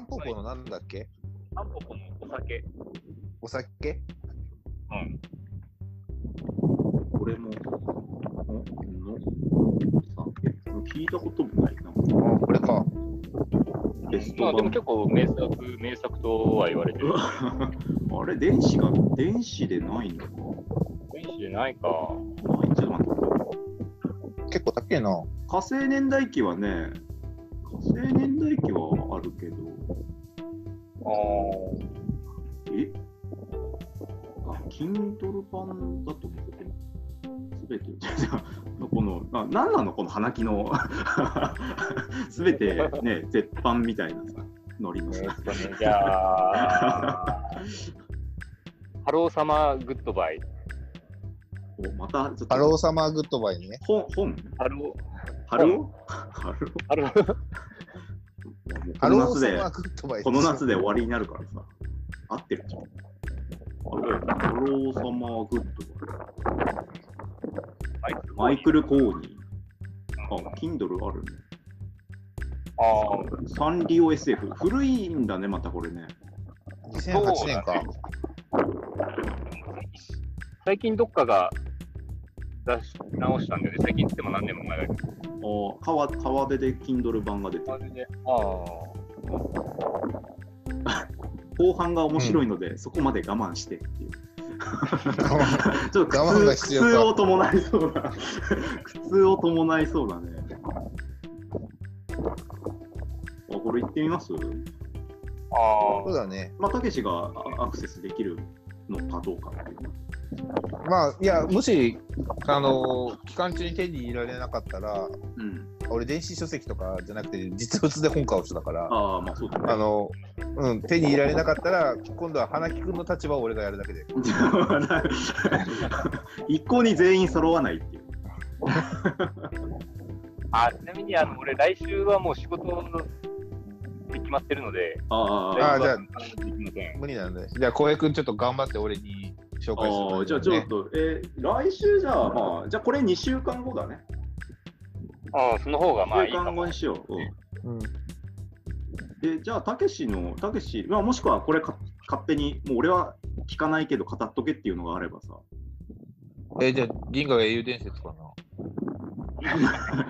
ンポポのなんだっけタンポポのお酒。お酒うん。これも、の、の、さ、聞いたこともないな。あこれか。ベスまあトでも版。結構名作、名作とは言われてる。 あれ、電子が、電子でないのか。電子でない か。ないんじゃない結構高えな。火星年代記はね、火星年代記はあるけど、ああ。えあ、Kindle 版だと思ってすべて、 じゃあじゃあこの、あ何なのこの花木の、 すべてね、絶版みたいなさ、ノリのえさ。ーっとね、じゃあ、ハローサマーグッドバイ。おまた、ちょっハロと、ーサマーグッドバイね。本、本ハロー、ハローハローハロー、もハロうこのー夏サでマー、グッドバイ。この夏で終わりになるからさ、合ってるじゃん。ハローサマーグッドバマイ。イクルマイクル・コーニー。あ、Kindle あるね。ああ、サンリオ SF。古いんだね、またこれね。 2008年か。最近どっかが出し直したんだよね。最近っても何年も前だけど。あ川川出で Kindle 版が出てる。ああ。後半が面白いので、そこまで我慢してっていう。ちょっと苦我慢が痛必苦要か痛を伴いそうな。苦痛を伴いそうだね。あこれ行ってみますあそうだね。まあ、たけしがあアクセスできるのかどうかっていうの。まあ、いや、もし、あの期間中に手に入れられなかったら、うん。俺、電子書籍とかじゃなくて、実物で本買う人だから、ああ、まあそうだね。あの、うん、手に入れられなかったら、今度は花木くんの立場を俺がやるだけで。 一向に全員揃わないっていう。あ。あ、ちなみにあの俺来週はもう仕事で決まってるので。ああ、あじゃあ来週はできません無理なんで。じゃあ、浩平くん、ちょっと頑張って俺に紹介する、ああ、じゃあちょっと、えー来週じゃあ、まあ、じゃあこれ2週間後だね。ああ、その方がまあ2いい週か間後も。にしよう。うんうん。で、じゃあ、たけしの、たけし、まあ、もしくはこれか勝手に、もう俺は聞かないけど語っとけっていうのがあればさ。 えじゃあ、銀河英雄伝説かな。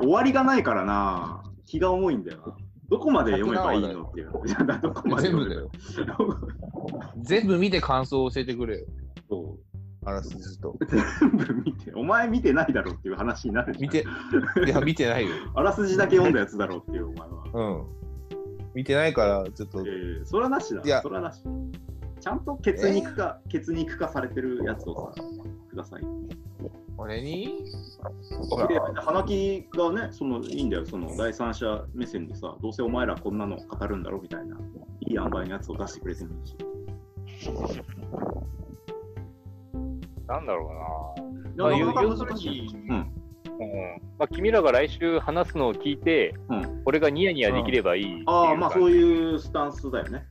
終わりがないからな、気が重いんだよな。どこまで読めばいいのっていう。いや どこまで全部読めだばいいよ。 全部見て感想を教えてくれよ。のあらすじと。全部見て、お前見てないだろっていう話になるじゃん見て、いや、見てないよ。あらすじだけ読んだやつだろうっていう、お前うは。ん。見てないから、ちょっとえ。ー、それはなしだ。いやそれはなし。ちゃんと血肉化、血肉化されてるやつをさ、ください。俺にほらで、花木がね、そのいいんだよ、その第三者目線でさ、どうせお前らこんなの語るんだろみたいな、いい塩梅のやつを出してくれてるし。なんだろういやまあなかなか要するにうん。な。うん。まあ君らが来週話すのを聞いて、うん俺がニヤニヤできればいいっていう感じ。ああ、まあそういうスタンスだよね。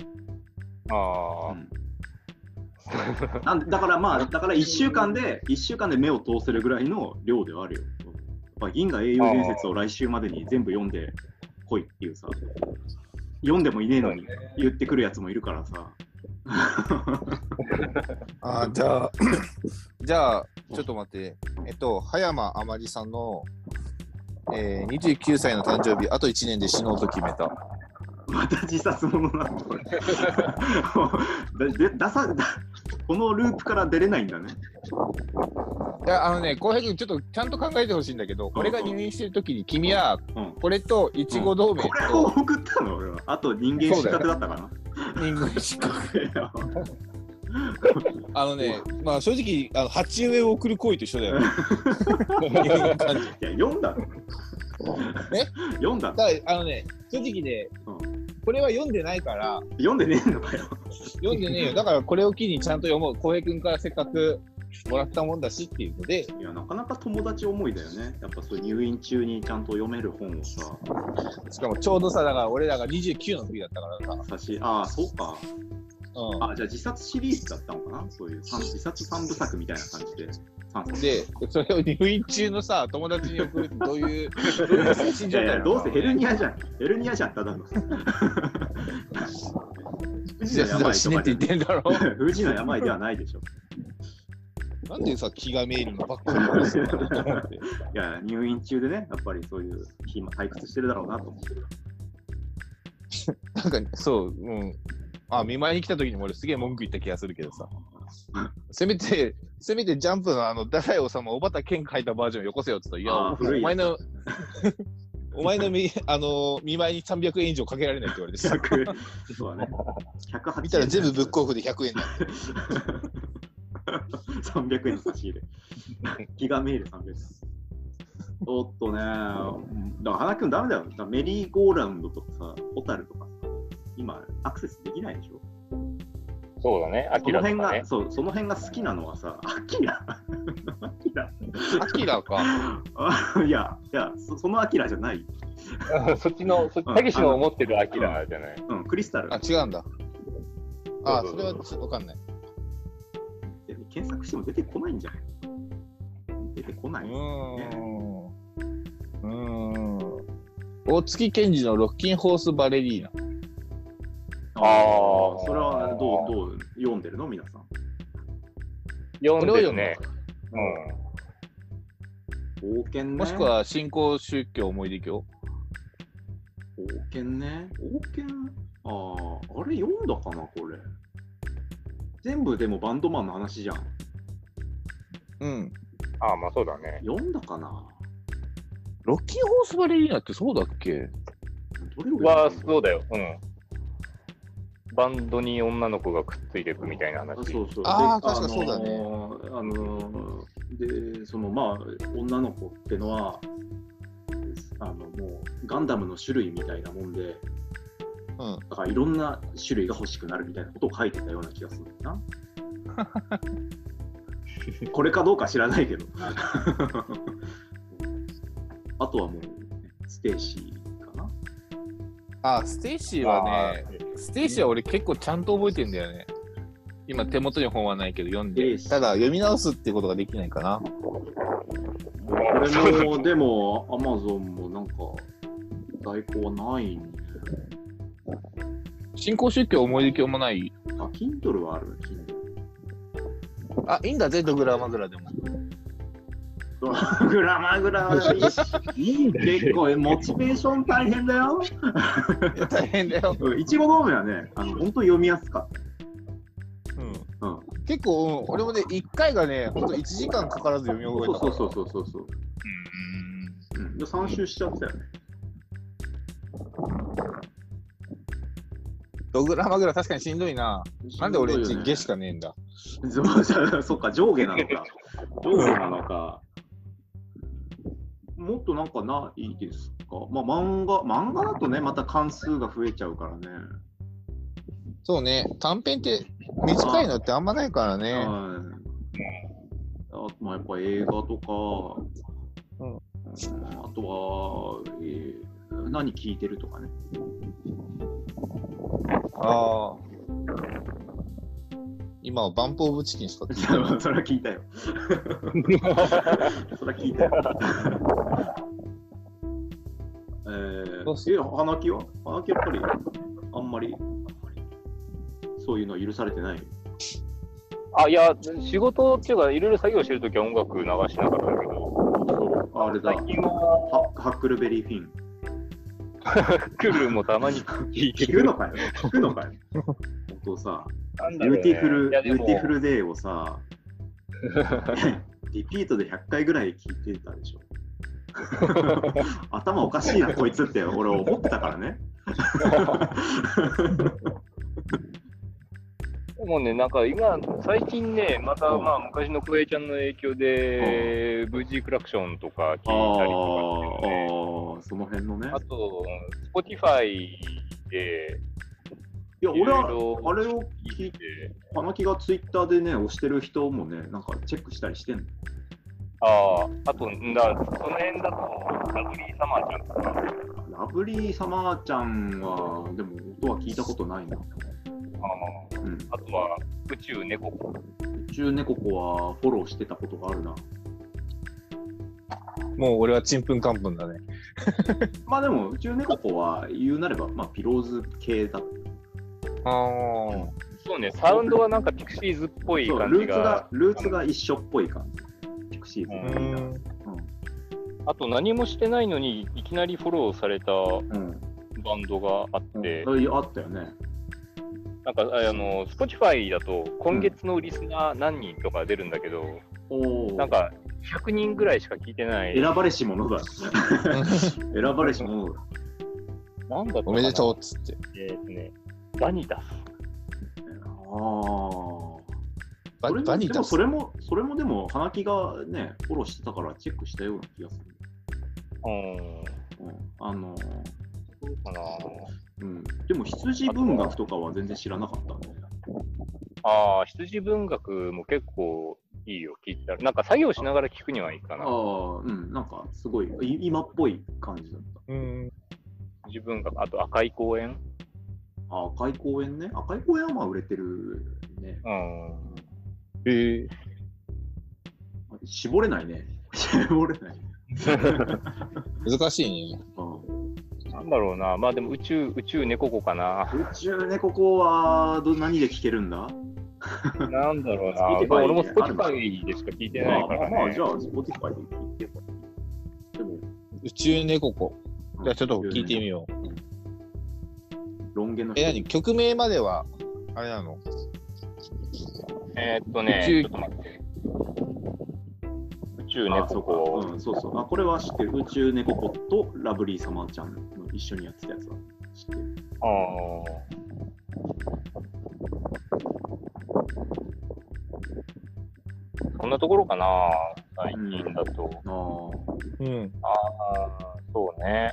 ああ。 なんでだからまあ、だから1週間で、一週間で目を通せるぐらいの量ではあるよ。やっぱ銀河英雄伝説を来週までに全部読んでこいっていうさ、読んでもいねえのに言ってくるやつもいるからさ。あーじゃあ、 じゃあ、ちょっと待って。えっと、葉山あまりさんの、えー、29歳の誕生日、あと1年で死のうと決めた。また自殺もの なのこれでで出さだこのループから出れないんだね。いや、あのね、浩平君、ちょっとちゃんと考えてほしいんだけど、俺が入院してる時に、君はうん、これと、いちご同盟これをと、送ったの俺は。あと人間失格だったかな。人間失格。いやあのね、まあ正直、あの鉢植えを送る行為と一緒だよね。 入院患者 いや読んだの。え読んだのだからあのね、正直ね、うんこれは読んでないから、読んでねえのかよ。読んで ねえよ。だからこれを機にちゃんと読もう。浩平君からせっかくもらったもんだしっていうので、いや、なかなか友達思いだよね。やっぱそう入院中にちゃんと読める本をさ、しかもちょうどさ、だから俺らが29の時だったからさ、差し、ああ、そうか。ううんあ、じゃあ自殺シリーズだったのかなそういう三自殺三部作みたいな感じで。三冊で、それを入院中のさ、友達に送るってどういう、どういう精神い状や態いなや、のどうせヘルニアじゃん。ヘルニアじゃん、ただの。じゃあさ死ねって言ってんだろ。富士の病ではないでしょ。なんでさ、気がめいるのばっかり話すんだろうと思って。 いや、入院中でね、やっぱりそういう暇、退屈してるだろうなと 思って。なんか、そう、うん。あ、見舞いに来た時にも俺すげえ文句言った気がするけどさ。せめて、せめてジャンプのあの、太宰治、小畑健書いたバージョンよこせよって言ったあーら、古いや、おいや前つの、 お前のみ、あの、見舞いに300円以上かけられないって言われてさ。 100 そうだね。108見たら全部ブックオフで100円だ。 300円の差し 入れ。気がメール300円。おっとね、だから花君ダメだよ。だからメリーゴーラウンドとかさ、ホタルとかさ、今アクセスできないでしょ。そうだね、アそキのラと辺かが、ね。そう、その辺が好きなのはさ、アキラアキラアキラか。あいや、いやそ、そのアキラじゃない。 そっちの、そっちうんたけしの思ってるアキラじゃない。うん、クリスタルあ、。違うんだ。あ、そうそそうれそはうちょっとわかんない。検索しても出てこないんじゃない出てこなうい。ーん。うーん。大月健二のロッキンホースバレリーナ。ああーそれはどう、どう読んでるの皆さん。こ読んれを読でるんだね。。う冒険ね。もしくは新興宗教思い出教。王権ね。王権ああ、あれ読んだかな、これ。全部でもバンドマンの話じゃん。うん。ん。ああ、まあそうだね。読んだかなロッキンホースバレリーナってそうだっけどれをは、読んだのそうだよ。うん。バンドに女の子がくっついていくみたいなあ話。そうそう。あーで確かそうだねあのーで、そのまあ、女の子ってのは、あのもうガンダムの種類みたいなもんで、うん。だからいろんな種類が欲しくなるみたいなことを書いてたような気がするな。これかどうか知らないけど。あとはもう、ステーシーかな。あ、ステイシーはね、ステイシーは俺結構ちゃんと覚えてんだよね。今手元に本はないけど読んえで。えただ読み直すってことができないかな。ああそうこれも、でも、アマゾンもなんか、在庫はないね。新興宗教思い出教もない。あ、Kindle はある、Kindle。あ、いいんだぜ、ドグラマグラでも。ドラグラマグラはいいしいい結構モチベーション大変だよ。いや大変だよ。いちごドームはね、あの本当に読みやすかっうん。た。うん、結構、うん、俺もね、1回がね、ほんと1時間かからず読みそう終えたかそら。うそうそうそうそう。うん、で3周しちゃったよね。ドグラマグラ確かにしんどいな。なんで俺んち下しか。かねえんだ。そうそうそっか、上下なの か。上下なのか。もっとなんかないですかまあ漫画、漫画だとね、また関数が増えちゃうからね。そうね、短編って短いのってあんまないからね。はい。あとまあやっぱ映画とか、うんあとは、えー何聞いてるとかね。 ああ。今はバンプオブチキンしか聞いてない。それは聞いたよ。それは聞い たよ。えどうすー、え花木は花木やっぱりあんまりあんまりそういうのは許されてない。 あ、いや、仕事っていうか、いろいろ作業してるときは音楽流しながらだけど、あれだ、最近は、ハハックルベリーフィン。クルもたまに聴いて聞るく。のかよ聞くのかよ本当さ、なんだビろうュねーティフル、いやビでュもーティフルデー をさ、リピートで100回ぐらい聞いてたでしょ。頭おかしいな、こいつって俺思ってたからね。もうね、なんか今、最近ね、また、まあ、昔の小平ちゃんの影響で、VG クラクションとか聞いあーあたりとか、ね、ー、その辺のねあ。と、Spotify で、いや、いろい俺は、ろあれを聞聞いいてて、花木がツイッターでね、押してる人もね、なんかチェックしたりしてんの。ああ、あと、んだその辺だと、ラブリーサマーちゃんとか、ラブリーサマーちゃんは、でも音は聞いたことないな。あうん、ああとは宇宙猫子。宇宙猫子はフォローしてたことがあるな。もう俺はちんぷんかんぷんだね。まあでも、宇宙猫子は言うなれば、まあ、ピローズ系だああ。そうね、サウンドはなんかピクシーズっぽいそう感ルじーツがが。ルーツが一緒っぽい感じ。ピクシーズうのーん。あと何もしてないのに、いきなりフォローされたうんうんバンドがあうっんて、あいやあったよね。なんか、ああの、Spotify だと、今月のリスナー何人とか出るんだけど、おお。なんか、100人ぐらいしか聞いてない。選ばれし 者だ。選ばれし者だ。なんだったかなおめでとうっつって。えーっとね、バニタス。ああ。バそれもバニでもタスそ。れも、それもでも、花木がね、フォローしてたからチェックしたような気がする。うん。うん、あのー、かなうん、でも羊文学とかは全然知らなかったんで。ああ、羊文学も結構いいよ、聞いてたら。なんか作業しながら聞くにはいいかあな。あ、うん、なんかすごいい今っぽい感じだった。うん。羊文学、あと赤い公園。あ赤い公園ね。赤い公園はまあ売れてるね。うん。えー、絞れないね。 絞れない。難しいね。うん、なんだろうな、まあでも宇宙、宇宙猫子か な。宇宙ね、ここはど何で聞けるんだなんだろう Spotify な、まあ俺もね Spotify でしか聞いてないかまらあ、まあ、ねじゃ。あ、Spotify で聞いてばいいでも、宇宙猫子。うんじゃあちょっと聞いてみよう。ロン毛のえ、人何曲名までは、あれなのえーっとね、宇宙ちょっと待って。宇宙あ猫そう子か、。うん、そうそう。あ、これは知ってる。宇宙猫子とラブリーサマーちゃんの一緒にやってたやつは知ってる。ああ。そんなところかな、最近だと。あうあ。ん。ああ、そうね。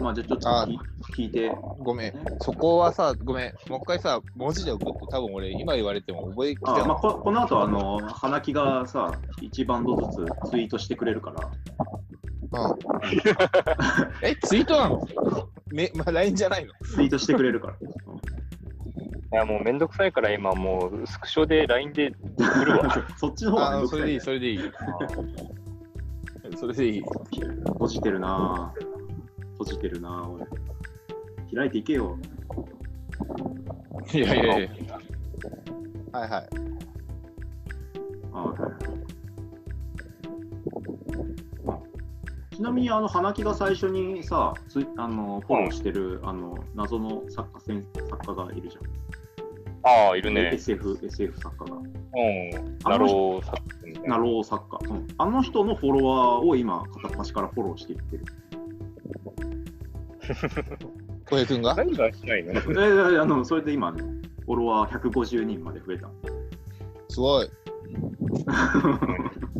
まあ、じゃあちょっとあ聞聞いて、ね。ごめん。そこはさ、ごめん。もう一回さ、文字で送って、多分俺、今言われても覚えきあてまあ、なここの後あの花木がさ、一バンドずつツイートしてくれるから、い。うんえ、ツイートなのめ、まあ、LINE じゃないのツイートしてくれるから。いや、もうめんどくさいから今もうスクショで LINE で送るわ。 そっちの方がめんあどそくされでいいい、それでいい。それでいい。閉じてるなぁ閉じてるなぁ俺開いていけよ。いやいやいや。はいはい。あはいはいちなみにあの花木が最初にさつあのフォローしてる、あの謎の作家先作家がいるじゃああ、いるん、ね。 SF, SF 作家がうん。あなのろう作品みたいな。ナロー作家、うんあの人のフォロワーを今片っ端からフォローしていってる小平くんが何がしたいのえーあのそれで今ねフォロワー150人まで増えたすごい。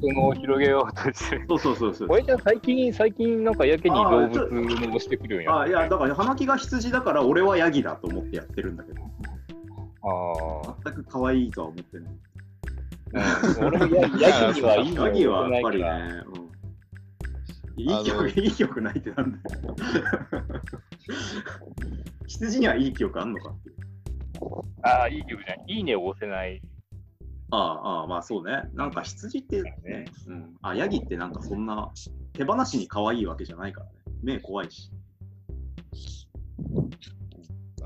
その広げようとしてる。そうそうそうそうおえちゃん、最近、最近なんかやけに動物のしてくるようになあっいたねやだから花木が羊だから俺はヤギだと思ってやってるんだけどああ。全く可愛いとは思ってないうん 俺ヤギヤギはいいよ。ヤギはやっぱり良くねないか、うん、いい記あの憶いい記憶ないってなんだよ羊にはいい記憶あんのかっていうらああ、いい曲じゃん。いいねを押せない。ああああまあそうねなんか羊ってね、うん、あヤギってなんかそんな手放しに可愛いわけじゃないからね目怖いし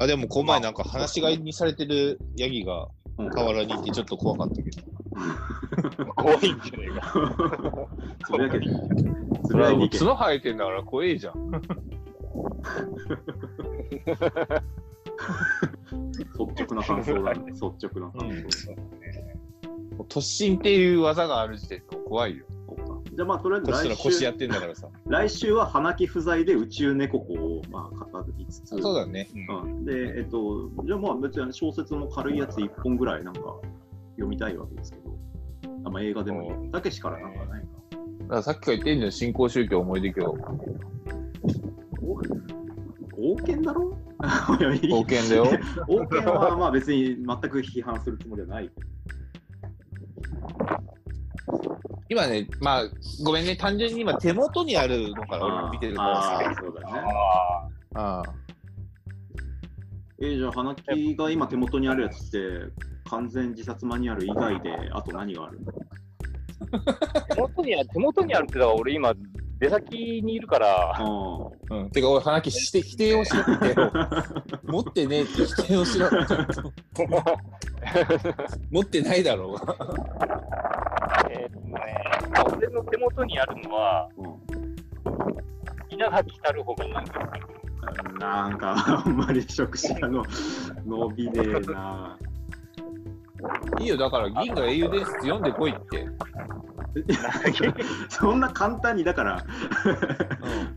あ、でも、この前なんか、話し飼いにされてるヤギがうん河原にいて、ちょっと怖かったけど。怖いんじゃねえか。それだけでいいそれだけでいいけど生えてんだから怖いじゃん。率直な感想だね率直な感想突進っていう技がある時点でも怖いよ。そうかじゃあまあとりあえこっちずら来腰や週ってんだから さ。来週は花木不在で宇宙猫子をまあ語りつつそうだね。うん、で、えっと、じゃあまあ別に小説も軽いやつ1本ぐらいなんか読みたいわけですけど、あまあ、映画でもいい。たけしからなんかないか。さっきから言ってんじゃん、新興宗教思い出教。王権だろ いやいい冒険だよ。王権はまあ別に全く批判するつもりはないけど。 今ね、まあ、ごめんね、単純に今手元にあるのから俺見てるからあさーそうだね。ああえーじゃあ、花木が今手元にあるやつって、完全自殺マニュアル以外で、あと何があるのあ手元にあ手元にあるってだから俺今出先にいるから あーあ。うん。てか、俺、花木して否定をしろって よ。持ってねえって否定をしろ。持ってないだろうが。えーっとね俺の手元にあるのはう稲垣たるほがなんかん、なんか、あんまり触手がの伸びねえな。 いいよ、だから、銀河英雄伝説読んでこいって。そんな簡単に、だから、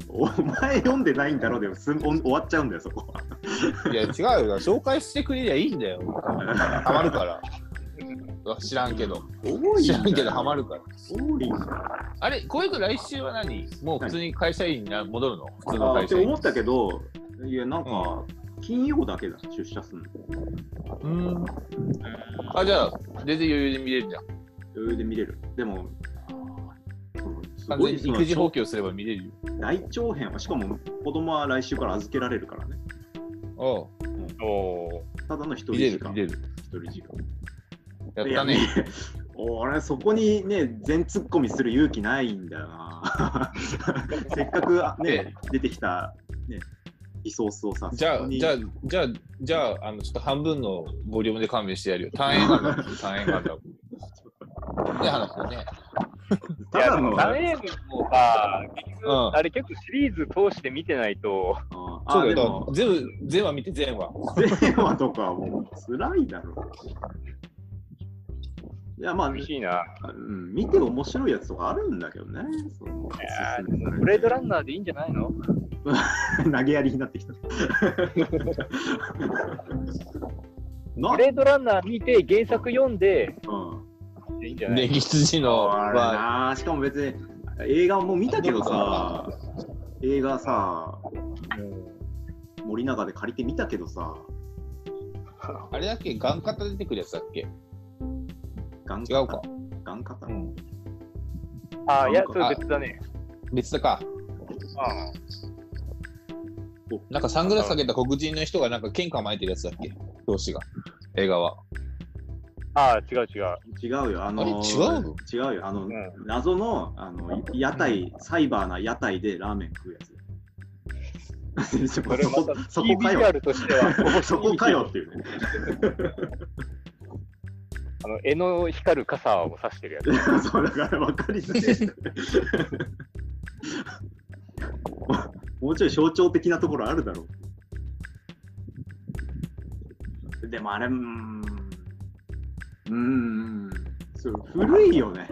お前読んでないんだろうでもすお終わっちゃうんだよ、そこは。うん。いや、違うよ。紹介してくれりゃいいんだよ。ハマるから。知らんけど。多知らんけど、ハマるかから。多いんだあれ、小江君、来週は何もう普通に会社員にな戻るの普通のあー会って社員。思ったけど、いや、なんか、金曜だけだ、出社するうの。ん。あ、じゃあ、全然余裕で見れるじゃん。余裕で見れる。でも、す完ご全いに育児放棄をすれば見れるよ。大長編は、しかも子供は来週から預けられるからね。おおただの一人見れ時る、間。見れる。一人時間。やっいたね。。俺、そこにね、全ツッコミする勇気ないんだよ な。せっかくあね、出てきた、ね、リソースをさ、じゃあ、そこにじゃあ、じゃあ、じゃあ、あの、ちょっと半分のボリュームで勘弁してやるよ。単円がある。単円があ る。ね、花子ね。ただの、ダメもさ結う局、んあれ結構シリーズ通して見てないとあそあ、うだでよも。、全部、全話見て、全話。電話とかはもう辛いだろ う。いや、まあ、寂しいな。うん、見て面白いやつとかあるんだけどね。そのあーおすすめされてブレードランナーでいいんじゃないの 投げやりになって きた。なブ、レードランナー見て原作読んでうん、でいいんじゃなで、い羊のあれは、なしかも別に映画も見たけどさ、映画さ、森永で借りて見たけどさ、あれだっけ、ガン型出てくるやつだっけガン違うか。ガンカタうん。ああ、いや、それ別だね。別だか。あなんかサングラスかけた黒人の人がなんか剣構えてるやつだっけ表紙が。映画は。あー、違う違う。違うよ、あのあれ違うの違うよ、あの、ん謎のあの屋台、サイバーな屋台でラーメン食うやつ。そそれまこたそこかよ、 TBR としては、そこかよっていうね。あの、柄の光る傘を差してるやつ。 そうだから分かりづらい。 もうちょい象徴的なところあるだろう。でもあれ、うーん、うーん、そう古いよね。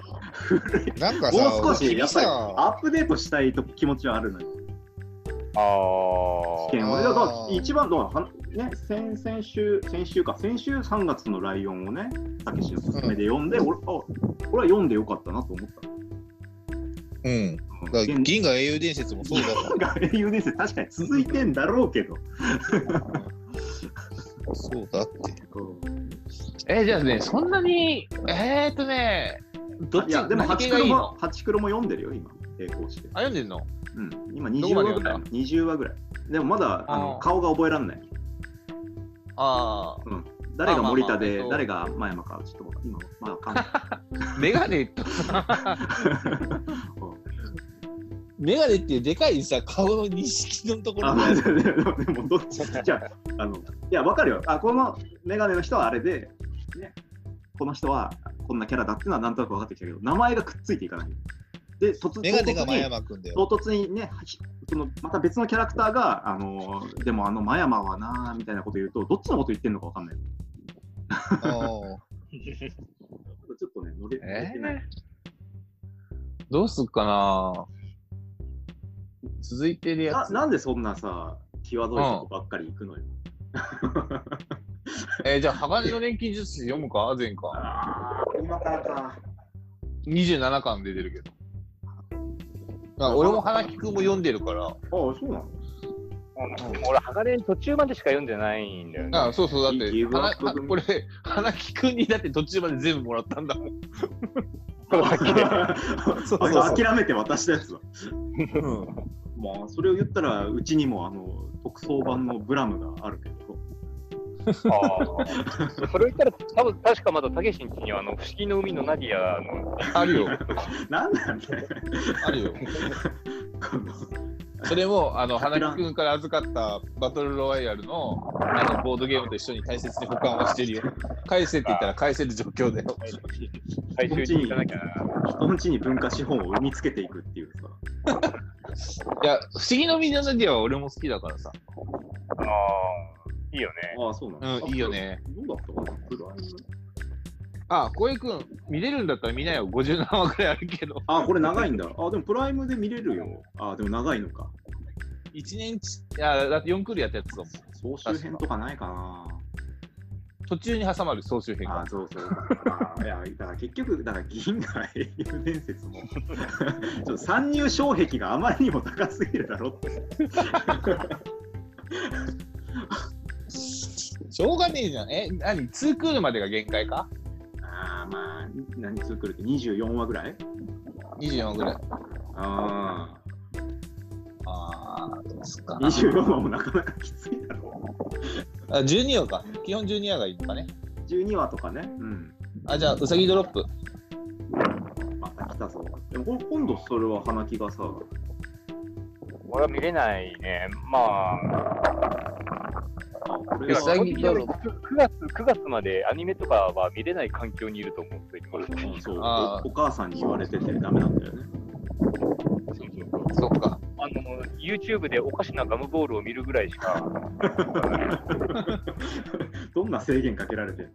なんかもう少しやっぱりあアップデートしたいと気持ちはあるのよ。あ試ー験をあーだから一番のはね先先週先週か先週3月のライオンをねたけしの勧めで読んで、俺あこれは読んでよかったなと思った。うん。だうんから現銀河英雄伝説もそうだかが英雄伝説確かに続いてんだろうけど。ら。そうだって。うんえじゃあね、そんなに、えーっとね、どっいちやでも何八系がい黒いもの八黒も読んでるよ今並行して。あ、読んでんのうん今どこ20ま話でぐら読いん20話ぐらい。でもまだあのあー顔が覚えられない。あ誰が森田まあで、まあまあ誰が真山かちょっと今まだわかんない。あ、メガネ とさ、メガネっていうでかいさ、顔の錦のとこあろまあでもでもどっちじゃああのいやわかるよあこのメガネの人はあれで、ね、この人はこんなキャラだっていうのはなんとなく分かってきたけど名前がくっついていかないで突メガネが唐前突に山くんだよ。唐突にねひそのまた別のキャラクターがあのでもあの真山はなーみたいなこと言うとどっちのこと言ってるのかわかんないうんちょっとね乗れ乗れえてない、ー、どうすっかな続いてるやなつ。なんでそんなさ際どいとこばっかり行くのよ、えーじゃあ、鋼の錬金術師読むか前巻。あー今からか27巻出てるけど。あ俺も花木くんも読んでるから。ああそうなのうんでも俺、鋼の途中までしか読んでないんだよね。あそうそう、だっギて、ギブア花ップはこれ、花木くんにだって途中まで全部もらったんだもん。この先で。そうそう そあうの諦めて渡したやつだ。うんまあ、それを言ったら、うちにもあの特装版のブラムがあるけど、 ああ。それを言ったら、多分確かまだたけしんちには、あの、不思議の海のナディアの、あるよ、なんなんだよ、あるよ。このそれも、あの、花木くんから預かったバトルロワイヤルの、あの、ボードゲームと一緒に大切に保管をしてるよ。返せって言ったら返せる状況だよ。最終に行かなきゃな。人の地に文化資本を生みつけていくっていうさ、いや、不思議のミナナディアは俺も好きだからさ。ああ、いいよね。ああ、そうなんうだん、いいよ。ね。どうだったかなプライムあ、小江くん、見れるんだったら見なよ。57話くらいあるけど。あ、これ長いんだ。あ、でもプライムで見れるよ。あ、でも長いのか。 1年ち、いや、だって4クールやったやつだもん。総集編とかないかな。途中に挟まる総集編があ、。そうそう。 あいや、だから結局、だから銀河英雄伝説も、 ちょっと参入障壁があまりにも高すぎるだろって。しょうがねえじゃん。え、何 ?2 クールまでが限界かあーまあ、何通くるって24話ぐらい ?24 話くらい。あああ、どうすっかあ、な。 24話もなかなかきついだろあ12話か。基本12話がいいのかね。う。12話とかね。うん。あ、じゃあ、うさぎドロップ。また来たぞ。でもこれ今度それは花木がさ、俺は見れないね。まあ、あこえれうさは。ぎだろ9月、9月までアニメとかは見れない環境にいると思うんで、今うんそうあーおお母さんに言われててダメなんだよね。そっか。あの、YouTube でおかしなガムボールを見るぐらいしか、どんな制限かけられてんだ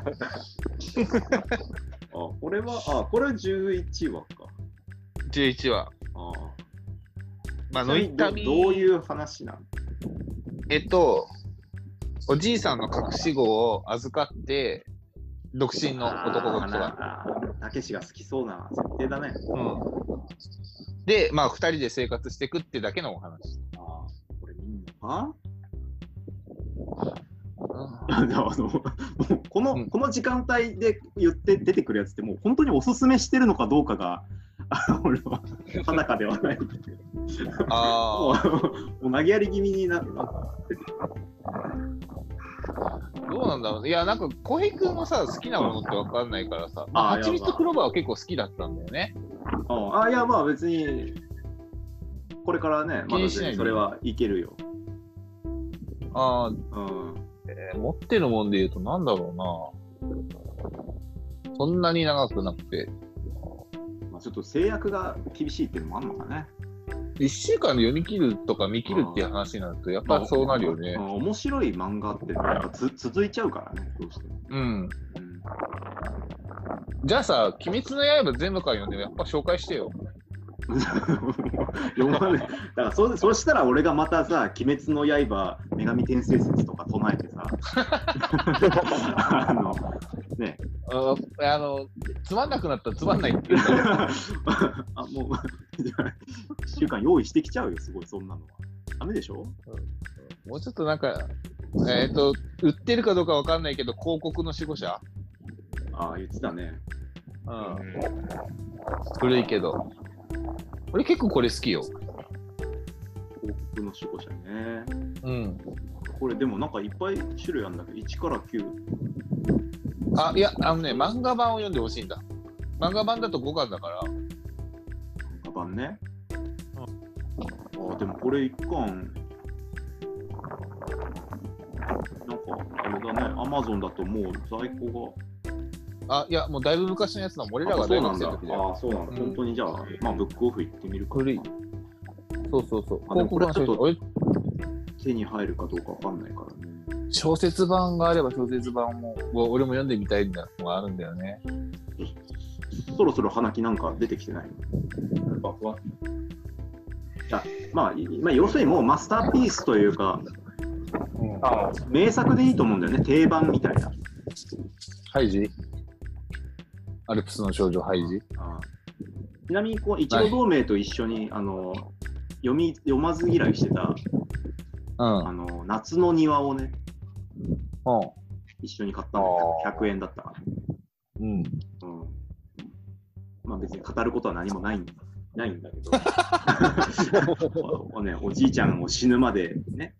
あこれは、あこれは11話か。 11話。あまあ、ちなノみイにタどミどういう話なんえっと、おじいさんの隠し子を預かって、独身の男の子が。あーたけしが好きそうな設定だね。うん、で、まあ、2人で生活していくってだけのお話。あーこれ見んのかうあの、もうこの、うんこの時間帯で言って出てくるやつって、もう本当におすすめしてるのかどうかが、あ俺は定かではない。ん、ああ、もうもう投げやり気味になるな。どうなんだろうね。いや、なんか、浩平君もさ、好きなものって分かんないからさ、まあ、あー蜂蜜とクローバーは結構好きだったんだよね。ああ、いや、まあ別に、これからね、気まだに全しない然でそれはいけるよ。ああ、うん。えー持ってるもんで言うと、なんだろうな。そんなに長くなくて、まあ、ちょっと制約が厳しいっていうのもあるのかね。 1週間で読み切るとか見切るっていう話になると、やっまぱあそうなるよねうん。面白い漫画ってねやっぱつ続いちゃうからね、どうしても。うん。うん、じゃあさ、鬼滅の刃全部から読んで、やっぱ紹介してよ。 読まないだからそそしたら俺がまたさ「鬼滅の刃」「女神転生説」とか唱えてさあの ねああの、つまんなくなったらつまんないっていう か。あもう1週間用意してきちゃうよすごいそんなのはダメでしょもうちょっとなんか、えっ、と、売ってるかどうかわかんないけど、広告の守護者ああ言ってたねうん。古いけど。俺結構これ好きよ。広告の守護者ねうん。これでもなんかいっぱい種類あるんだけど1から9あ、いや、あのね、漫画版を読んでほしいんだ。漫画版だと5巻だから。カバンねああでもこれ1巻なんかあれだねアマゾンだともう在庫があ、いや、もうだいぶ昔のやつだもん。俺らあがそう大な学ん生だ。の時だよ。あそうなんだ。うん本当にじゃあ、まあ、ブックオフ行ってみるか。古いそうそうそう。あ広でも告このれ話ちょっと俺手に入るかどうかわかんないからね。小説版があれば小説版も、お俺も読んでみたいなのがあるんだよね。そろそろ花木なんか出てきてないあまあ、いまあ、要するにもうマスターピースというか、うん。ああ、名作でいいと思うんだよね。定番みたいな。ハイジアルプスの少女ハイジあちなみにこう、いちご同盟と一緒に、あの、読み、読まず嫌いしてた、うん。あの、夏の庭をね、う一緒に買ったんだけど、あー100円だったから。ん。うんあ、別に語ることは何もないんないんだけどお、ね、おじいちゃんを死ぬまで、ね、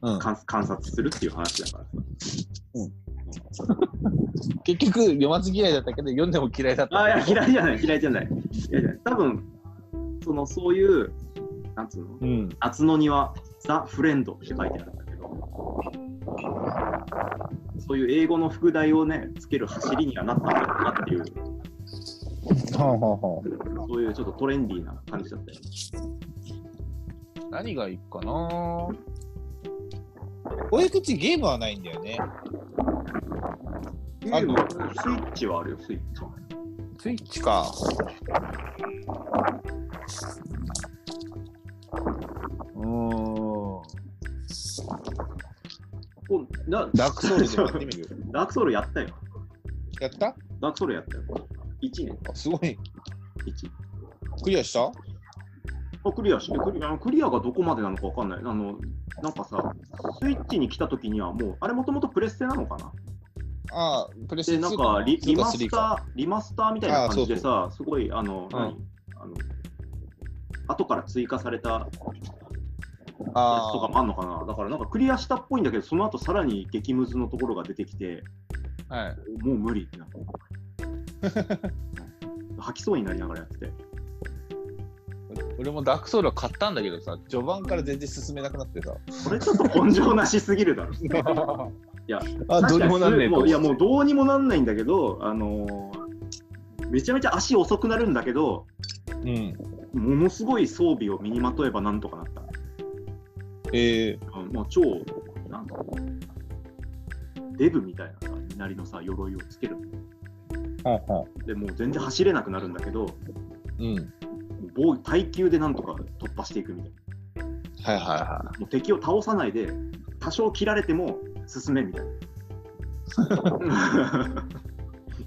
うん、 観観察するっていう話だからさ。結局読まず嫌いだったけど読んでも嫌いだったあいや嫌いじゃない嫌いじゃない嫌いじゃない多分そのそういうなんつうのうん夏の庭ザ・フレンドって書いてあるんだけどそういう英語の副題をねつける走りにはなったんだろうなっていうはあはあはあそういうちょっとトレンディーな感じだったよね何がいいかなおい口ゲームはないんだよねあるのスイッチはあるよスイッチスイッチかうーんおダダークソウルでやってみる ダークソウルやったよ やったダークソウルやったよ1年あすごい1クリアしたあクリアしてクリあのクリアがどこまでなのかわかんないあのなんかさスイッチに来た時にはもうあれもともとプレステなのかなああプレスでテなん2かリリ2マかス3タかー、リマスターみたいな感じでさ、すごい、あの、ん何あの後から追加されたやつとかあもあんのかな、だからなんかクリアしたっぽいんだけど、その後さらに激ムズのところが出てきて、あはいもう無理ってなった。吐きそうになりながらやってて、俺もダークソウルは買ったんだけどさ序盤から全然進めなくなってさそれちょっと根性なしすぎるだろ。や あどうにもなんねえもとういや、もうどうにもなんないんだけど、あのーめちゃめちゃ足遅くなるんだけど、うんものすごい装備を身にまとえばなんとかなった。ええうんもう超、なんだろうデブみたいなさ、身なりのさ、鎧をつける。はあはあでもう全然走れなくなるんだけど、もうんう棒耐久でなんとか突破していくみたいはいはいはな。もう敵を倒さないで、多少切られても進めみ たいな。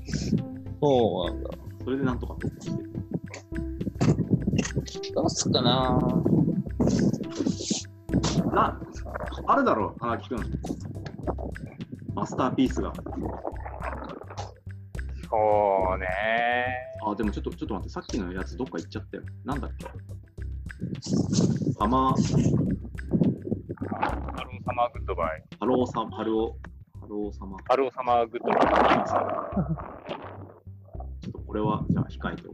いそうなんだそれでなんとか突破してる。どうすっかなな、あるだろう、荒木君。マスターピースが。そうね。あ、でもちょっと、ちょっと待って、さっきのやつどっか行っちゃったよ。なんだっけサマー、ハローサマーグッドバイ。ハローサ、ハロー、ハローサマー。ハローサマーグッドバイ。ちょっとこれはじゃあ控えてお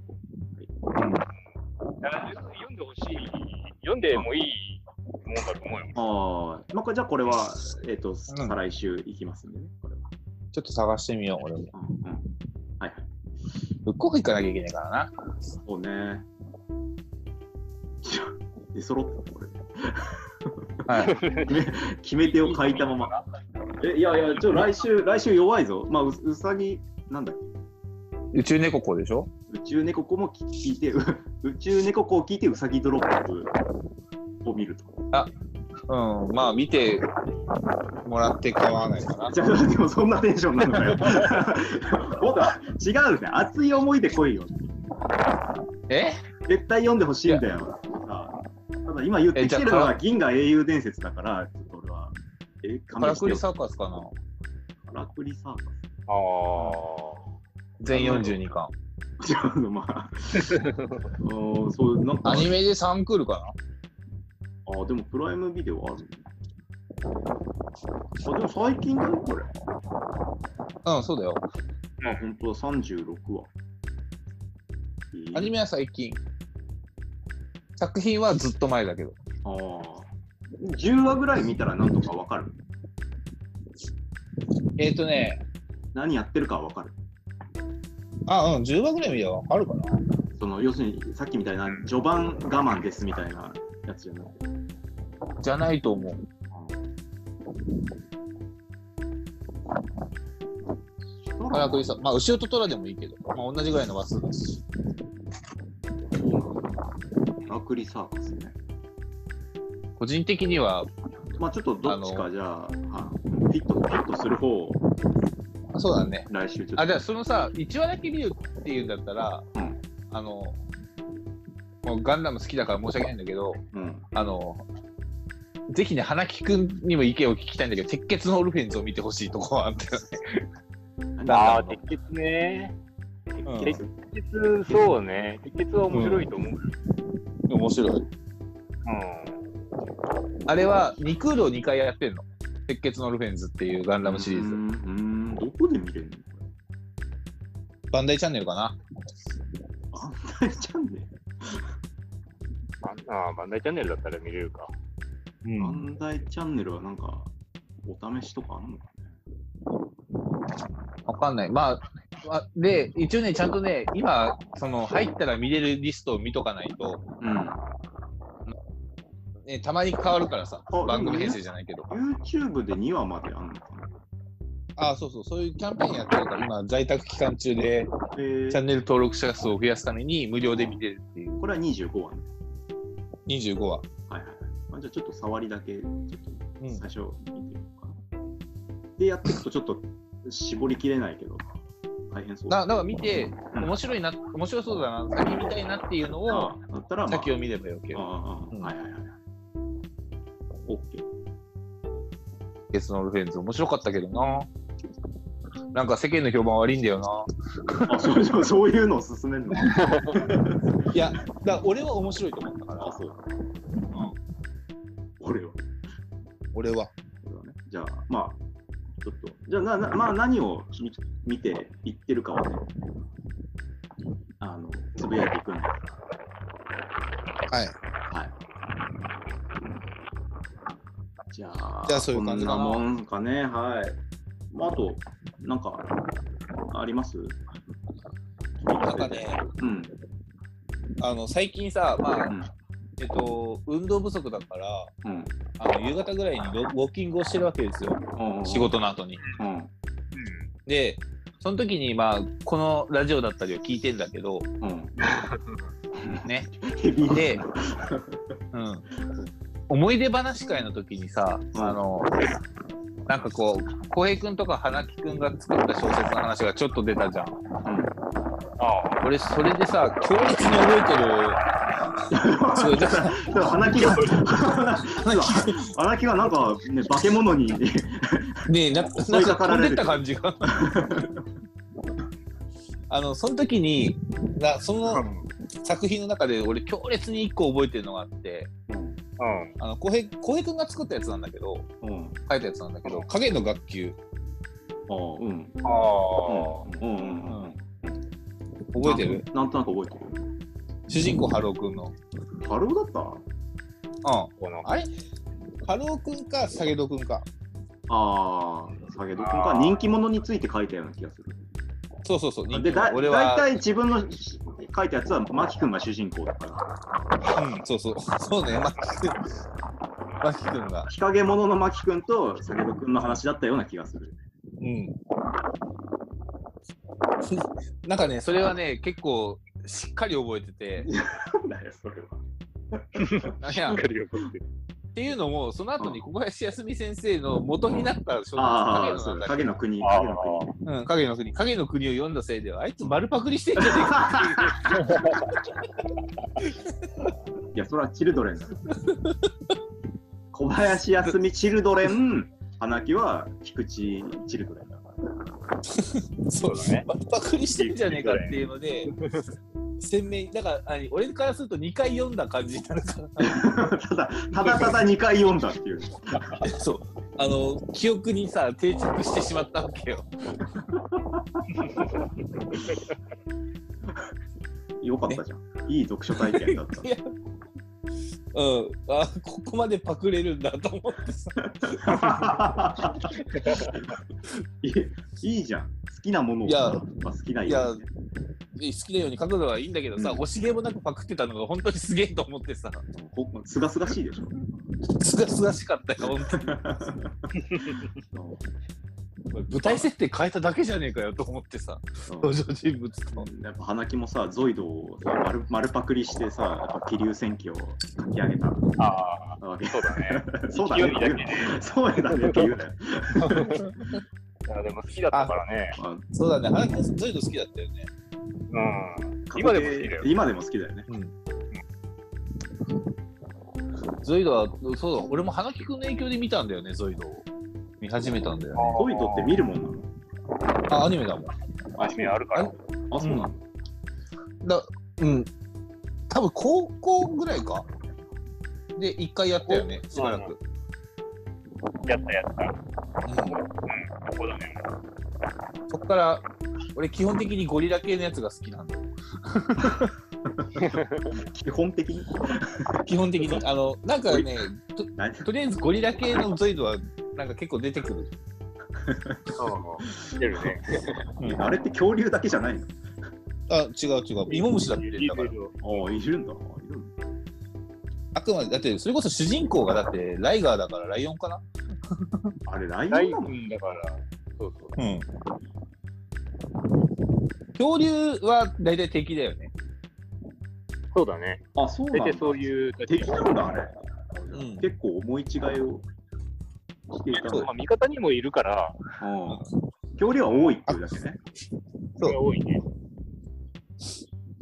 こあ読んでほしい。読んでもいいもんだと思うよ。う。ああ、まあ、これじゃあこれは、えっ、と、うん再来週いきますんでね。これはちょっと探してみよう俺もうんうん、はいはい。復刻行かなきゃいけないからなそうね。い や出揃ったこれ。はい 決め手を書いたまま。え、いやいや、ちょ、来週、来週弱いぞ。まあ、ううさぎ、なんだっけ。宇宙猫子でしょ宇宙猫子も聞いて、う宇宙猫子を聞いて、うさぎドロップを見ると。うんまあ見てもらって構わないかなじゃあ、でもそんなテンションなのかよ。もっと違うね。熱い思いで来いよ。え絶対読んでほしいんだよ。さあただ今言ってきてるえじゃのあかは銀河英雄伝説だから、ちょっと俺は。え、カラ神クリサーカスかなラクリサーカああ。全42巻ス。じゃあ、あのまあ。うんそう、なんか、アあニメで3クールかでもプライムビデオあるね。あ、でも最近だよ、これ。なうんそうだよあ、本当だ、36話。えーアニメは最近作品はずっと前だけどああ。10話ぐらい見たらなんとかわかる。えっ、ー、とね何やってるかはわかる。あうん10話ぐらい見ればわかるかなその要するにさっきみたいな序盤我慢ですみたいなやつじゃない。じゃないと思うカラクリサまあ牛音虎でもいいけど、まあ、同じぐらいの話数だしカラクリサーカスね。個人的にはまあちょっとどっちあかのじゃあ、あフィット、フィットする方をそうだね来週ちょっと。あじゃあそのさ1話だけ見るっていうんだったら、うんあのもうガンダム好きだから申し訳ないんだけどうん。あのぜひね花木くんにも意見を聞きたいんだけど鉄血のオルフェンズを見てほしいとこはあったよねなんあだーろう鉄血ね。鉄うん結局結決、そうね。結決は面白いと思う。面白い。うん。あれは2クールを2回やってんの。鉄血のルフェンズっていうガンダムシリーズ。うんうんどこで見れるの バンダイチャンネルかな。バンダイチャンネルああ、バンダイチャンネルだったら見れるか。うバ。ンダイチャンネルはなんか、お試しとかあるのかわかんない。まあ、あで、一応ね、ちゃんとね、今、その、入ったら見れるリストを見とかないと、なね、たまに変わるからさあ、番組編成じゃないけど。うん。YouTube で2話まであるのかなあそうそう、そういうキャンペーンやってるから、今、在宅期間中で、えチャー、ンネル登録者数を増やすために、無料で見れるっていう、これは25話ね。 25話。はいはいはい。まあ、じゃあちょっと触りだけ、ちょっとうん最初見てみようかな。で、やっていくとちょっと絞りきれないけど、大変そうななんか見て、うん面白いな、面白そうだな、先見たいなっていうのを、ああだったら、まあ、先を見ればよけある。あああうんはいはいはい。OK。ゲスのルフェンズ、面白かったけどな。なんか世間の評判悪いんだよな。あそうそう そういうのを勧めるのいや、だから俺は面白いと思ったからあ、、そう。俺は。俺は。俺はね、じゃあ、まあ、ちょっと、じゃあ、ななまあ、何を見見ていってるかはね、あの、つぶやいていくんで、ははい。い。じゃあ、じゃあそういう感じかなこんなもんかね、はい。まあ、あと、なんか、ありますなんかね、うん、あの最近さ、まうあん、えっと、運動不足だから、うんあの夕方ぐらいにウォウォーキングをしてるわけですよ、うん。うん仕。事の後に。うん、で、その時に、まあ、このラジオだったりを聞いてんだけど、うん。ね、 ヘビーで、うん、思い出話会の時にさ、うんあの、なんかこう、浩平君とか花木君が作った小説の話がちょっと出たじゃん。ああ。俺、それでさ、強烈に覚えてる、そうだからだから鼻木が、鼻木がなんか、ね、化け物に、ねえ、な襲なんいかかから飛んでれるった感じ が。あの、その時に、なその作品の中で俺強烈に一個覚えてるのがあって、うん。あの、浩平、浩平くんが作ったやつなんだけど、うん、書いたやつなんだけど、影の学級、あーうん、ああ。うん、うん、うん、うん、覚えてるなんとなく覚えて主人公ハローくんの。る。ハローだっうこん。のあれハローくんか、サゲドくんか。たああ、下げどこか人気者について書いたような気がする。そうそうそう、人で、気だの俺大は、体自分の書いたやつは、マキ君が主人公だから。うん、そう そう、そうね、マキ君。マキ君が。日陰者のマキ君と下げど君の話だったような気がする。うん。なんかね、それはね、結構しっかり覚えてて、なんだよ、それは。なんやっていうのも、その後に小林康美先生の元になった小説、ああ、影そのうなんだっだ、け影の国、影の国。うん影の国、影の国を読んだせいで、あいつ丸パクリしてんじゃねえか。いや、それはチルドレンだ。小林康美チルドレン、花木は菊池チルドレンだから。 そうだね丸パクリしてんじゃねえかっていうので、鮮明に、だから、あの俺からすると2回読んだ感じになるから。ただ、ただただ2回読んだっていう。 そう。あの、記憶にさ、定着してしまったわけよ。よかったじゃん。いい読書体験だったい。や、うん、あここまでパクれるんだと思ってさ、いいいいじゃん。好きなものをいやまあ好きなようにね好きなように書くのはいいんだけどさ、うん惜しげもなくパクってたのが本当にすげえと思ってさ、ほすがすがしいでしょ。すがすがしかったよ、本当に。舞台設定変えただけじゃねえかよと思ってさ、うん登場人物と。やっぱ花木もさ、ゾイドをさ丸丸パクリしてさ、やっぱ気流戦記を書き上げたああ。わけ。そうだね。 そうだねって言うな。そうだねって言うなよ。いやでも好きだったからね。まあそうだね、原木さん、ゾイド好きだったよね。うん。今でも好きだよ今でも好きだよね。ゾイドは、そうだ、俺も花木くんの影響で見たんだよね、ゾイドを。見始めたんだよね。ゾイドって見るもんなのあ、アニメだもん。アニメあるから。あ、そうなんだ。だうん多分高校ぐらいかで一回やったよねしばらく、やったやった。うん、ここだね。そっから俺基本的にゴリラ系のやつが好きなんだ基本的に。基本的にあのなんかねと何とりあえずゴリラ系のゾイドはなんか結構出てくる出るね。あれって恐竜だけじゃないのあ、違う違う。イモムシだってだからああ、いるんだ。いるんだあくまでだってそれこそ主人公がだってライガーだからライオンかなあれ、ライオンライだオもん。ンだから。そうそう。うん恐竜は大体敵だよねそうだね。あ、そうなん大だ。体そういう。敵なんだ、あれ。ん結構思い違いをしていたそうねまあ、味方にもいるから、うん恐竜は多いっていうだけね。そうそれが多いね。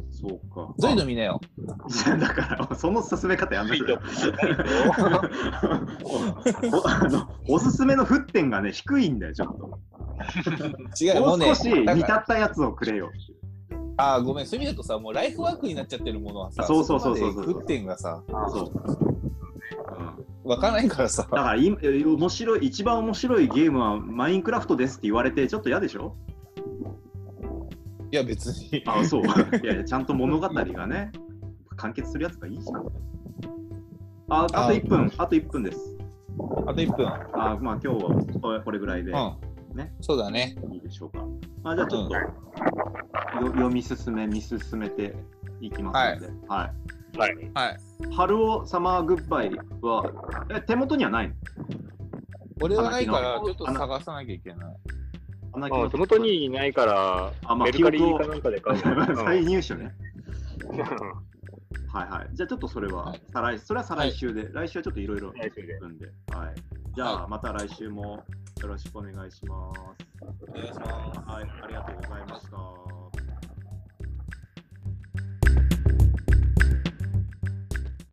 そうか。ゾイド見なよい やだから、その進め方やめてよ。 おあのおすすめの沸点がね、低いんだよ、ちょっと。違うももうう少ねしだ煮から立ったやつをくれよ。あーごめん、そういう意味だとさ、もうライフワークになっちゃってるものはさ、あそうそうそうそうそうこまで沸点がさ、そう。うんわかんないからさ、だから今面白い一番面白いゲームはマインクラフトですって言われてちょっと嫌でしょいや別に、あそう いやいやちゃんと物語がね完結するやつがいいじゃんああとあ1分あと1分ですあと1分。あまあ今日はこれこれぐらいでうん。ねそうだね。いいでしょうか、あじゃあちょっと、よ読み進め見進めていきますので、ははい。はい。い春尾サマーグッバイはえ手元にはないの俺はないから、ちょ花っ木のと探さなきゃいけない。花木まのあ、手元にいないから、あまあメルカリかなんかで買う。 再入手ねうん はいはい。じゃあちょっとそれは、はい再来それは再来週で、来週はちょっといろいろ来週で行くんで、はい。じゃあまた来週もよろしくお願いします。お願いします。はい、ありがとうございました。